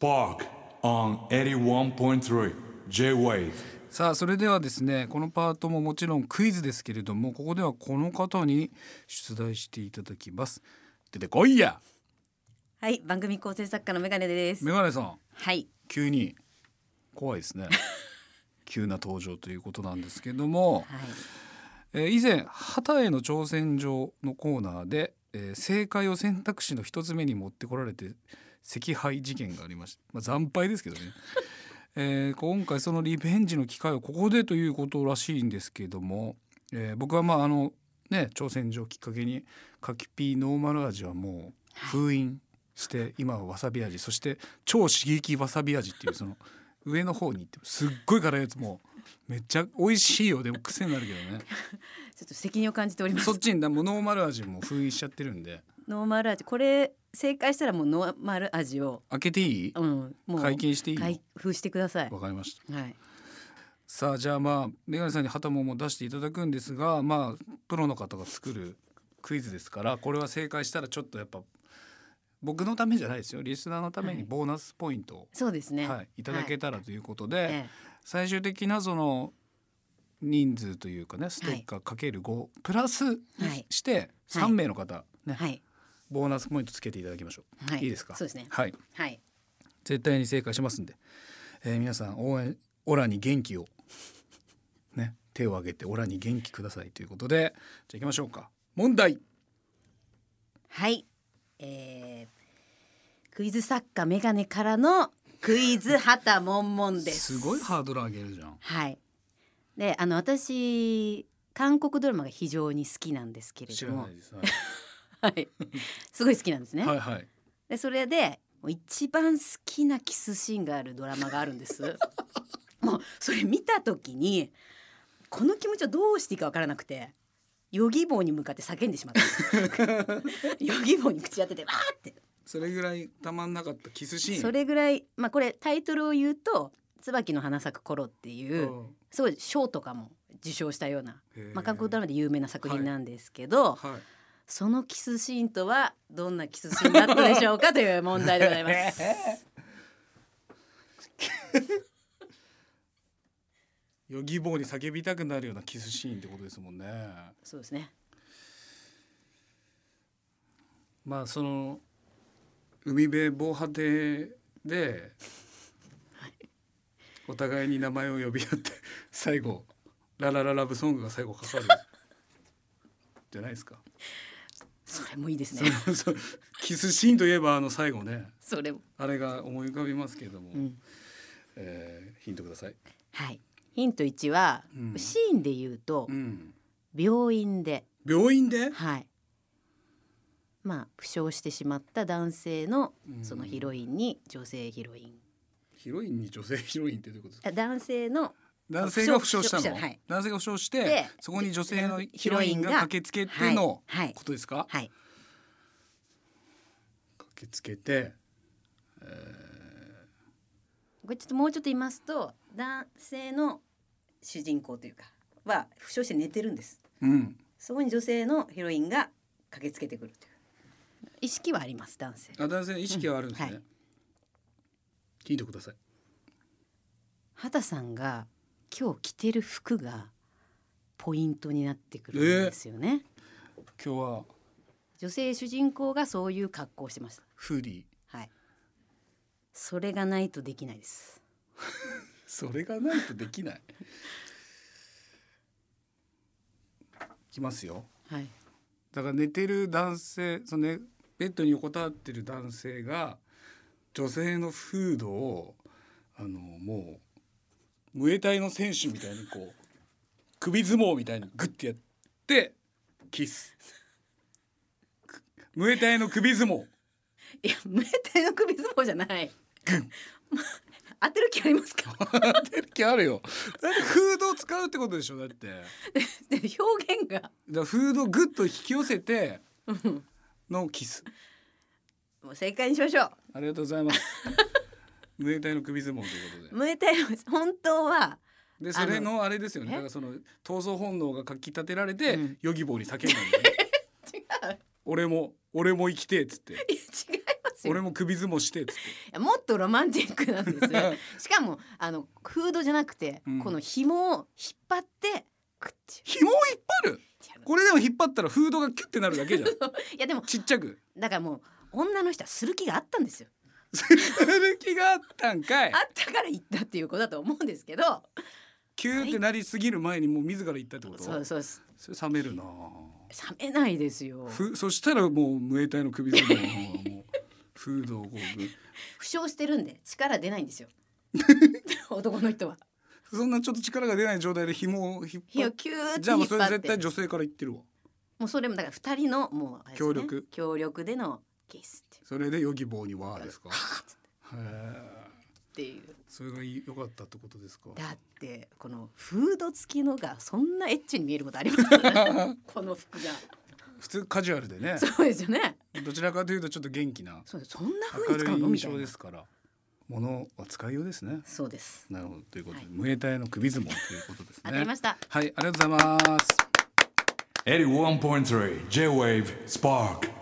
Spark on 81.3 J-Wave さあそれではですねこのパートももちろんクイズですけれどもここではこの方に出題していただきます出てこいやはい、番組構成作家のメガネですメ。ガネさんはい、急に怖いですね急な登場ということなんですけども、はい、えー以前「旗への挑戦状」のコーナーで、えー正解を選択肢の一つ目に持ってこられて惜敗事件がありました、まあ、惨敗ですけどね、 えー今回そのリベンジの機会をここでということらしいんですけども、えー僕はまああのね挑戦状をきっかけに柿ピーノーマル味はもう封印して、今はわさび味そして超刺激わさび味っていうその上の方に行ってすっごい辛いやつもめっちゃ美味しいよでも癖になるけどね。ちょっと責任を感じておりまそすっ。ちにだもうノーマル味も封印しちゃってるんでノーマル味、これ正解したらもうノーマル味を、開けていいうん、もう解禁していい開封してください。わかりましたはい、さあじゃあまあメガネさんに旗もも出していただくんですがまあプロの方が作るクイズですからこれは正解したらちょっとやっぱ僕のためじゃないですよリスナーのためにはいボーナスポイントを、そうですはね。いい、ただけたらということで、ええ最終的なその人数というかねステッカーかける5、プラスはいして3名の方、ねはい、ボーナスポイントつけていただきましょう、はいいですかそうですねはいはい、絶対に正解しますんで、えー皆さん応援オラに元気を ね手を挙げてオラに元気くださいということでじゃあ行きましょうか問題はい、えー、クイズ作家メガネからのクイズ旗もんもんですす。ごいハードル上げるじゃんはい。で、あの私韓国ドラマが非常に好きなんですけれ知どらもない、です、ははい、すごい好きなんですね。い、はいはいでそれでもう一番好きなキスシーンがあるドラマがあるんです もうそれ見た時にこの気持ちをどうしていいかわからなくてヨギ棒に向かって叫んでしまった ヨギ棒に口当ててわーってそれぐらいたまんなかったキスシーンそれぐらいまあこれタイトルを言うと「椿の花咲く頃」ってういうんすごい賞とかも受賞したような、へーまあ、韓国ドラマで有名な作品なんですけど、はいそのキスシーンとはどんなキスシーンだったでしょうかという問題でございます。 ヨギ棒に叫びたくなるようなキスシーンってことですもんねそうですねまあその海辺防波堤でお互いに名前を呼び合って最後ララララブソングが最後かかるじゃないですか。 それもいいですそね。そうキスシーンといえばあの最後ねそれも。あれが思い浮かびますけども、うんえーヒントください。はい。ヒント1は、うんシーンで言うと、うん、病院で、病院ではい。まあ負傷してしまった男性のうんそのヒロインに女性ヒロイン、ヒロインに女性ヒロインってどういうことですかあ男性の男性が負傷した負傷の、者はい男性が負傷してでそこに女性のでヒロインがヒロインが駆けつけてのはいはいことですか、はい駆けつけてこれちょっともうちょっと言いますと男性の主人公というかは負傷して寝てるんですうんそこに女性のヒロインが駆けつけてくるという意識はあります男性あ男性の意識はあるんですね、うんはい聞いてください畑さんが今日着てる服がポイントになってくるんですよね、今日は女性主人公がそういう格好をしてましたフーディーはいそれがないとできないですそれがないとできない きますよはいだから寝てる男性その、ね、ベッドに横たわってる男性が女性のフードをあのもうムエタイの選手みたいにこう首相撲みたいにグッてやってキス くムエタイの首相 撲いや胸手の首相撲じゃない、ま、当てる気ありますか出る気あるよだってフードを使うってことでしょだってだか表現がらフードをグッと引き寄せてうんのキスもう正解にしましょありがとうござ いますムエタイの首相撲ということでう胸手の本当はであそのれのあれですよねえだからその闘争本能がかき立てられて、うんヨギボーに叫んだんだよね 違う俺も俺も生きてえっつっていや違いますですよ俺も首相撲してっつっていやもっとロマンチックなん ですしかもあのフードじゃなくて、うんこの紐を引っ張ってくっていう紐を引っ張るこれでも引っ張ったらフードがキュッてなるだけじ ゃんいやでもちっちゃくだからもう女の人はする気があったんですよする気があったんかいあったから言ったっていうことだと思うんですけどキューってなりすぎる前にもう自ら行ったってことそうそうですそれ冷めるな冷めないですよ負ふそしたらもうムエタイの首相撲の方はもうフードをこ傷してるんで力出ないんです よ男の人はうそんなちょっと力が出ない状態で紐を引っ火張をっキューっててじゃあ引もっうそれ張っ絶対て女性から言ってるわもうそれもだから二人のもうあれですね協力協力でのケースっそれでヨギボーにわー ですかへえていうっていうそれがい良かったってことですかだってこのフード付きのがそんなエッチに見えることあります この服が普通カジュアルでねそうですよねどちらかというとちょっと元気なそうですそんな風明に使るういのみ印た象いなですから物は使いようですねそうですなるほどということで、はいムエタイの首相撲ということですね当たりましたはいありがとうございます81.3 J-Wave Spark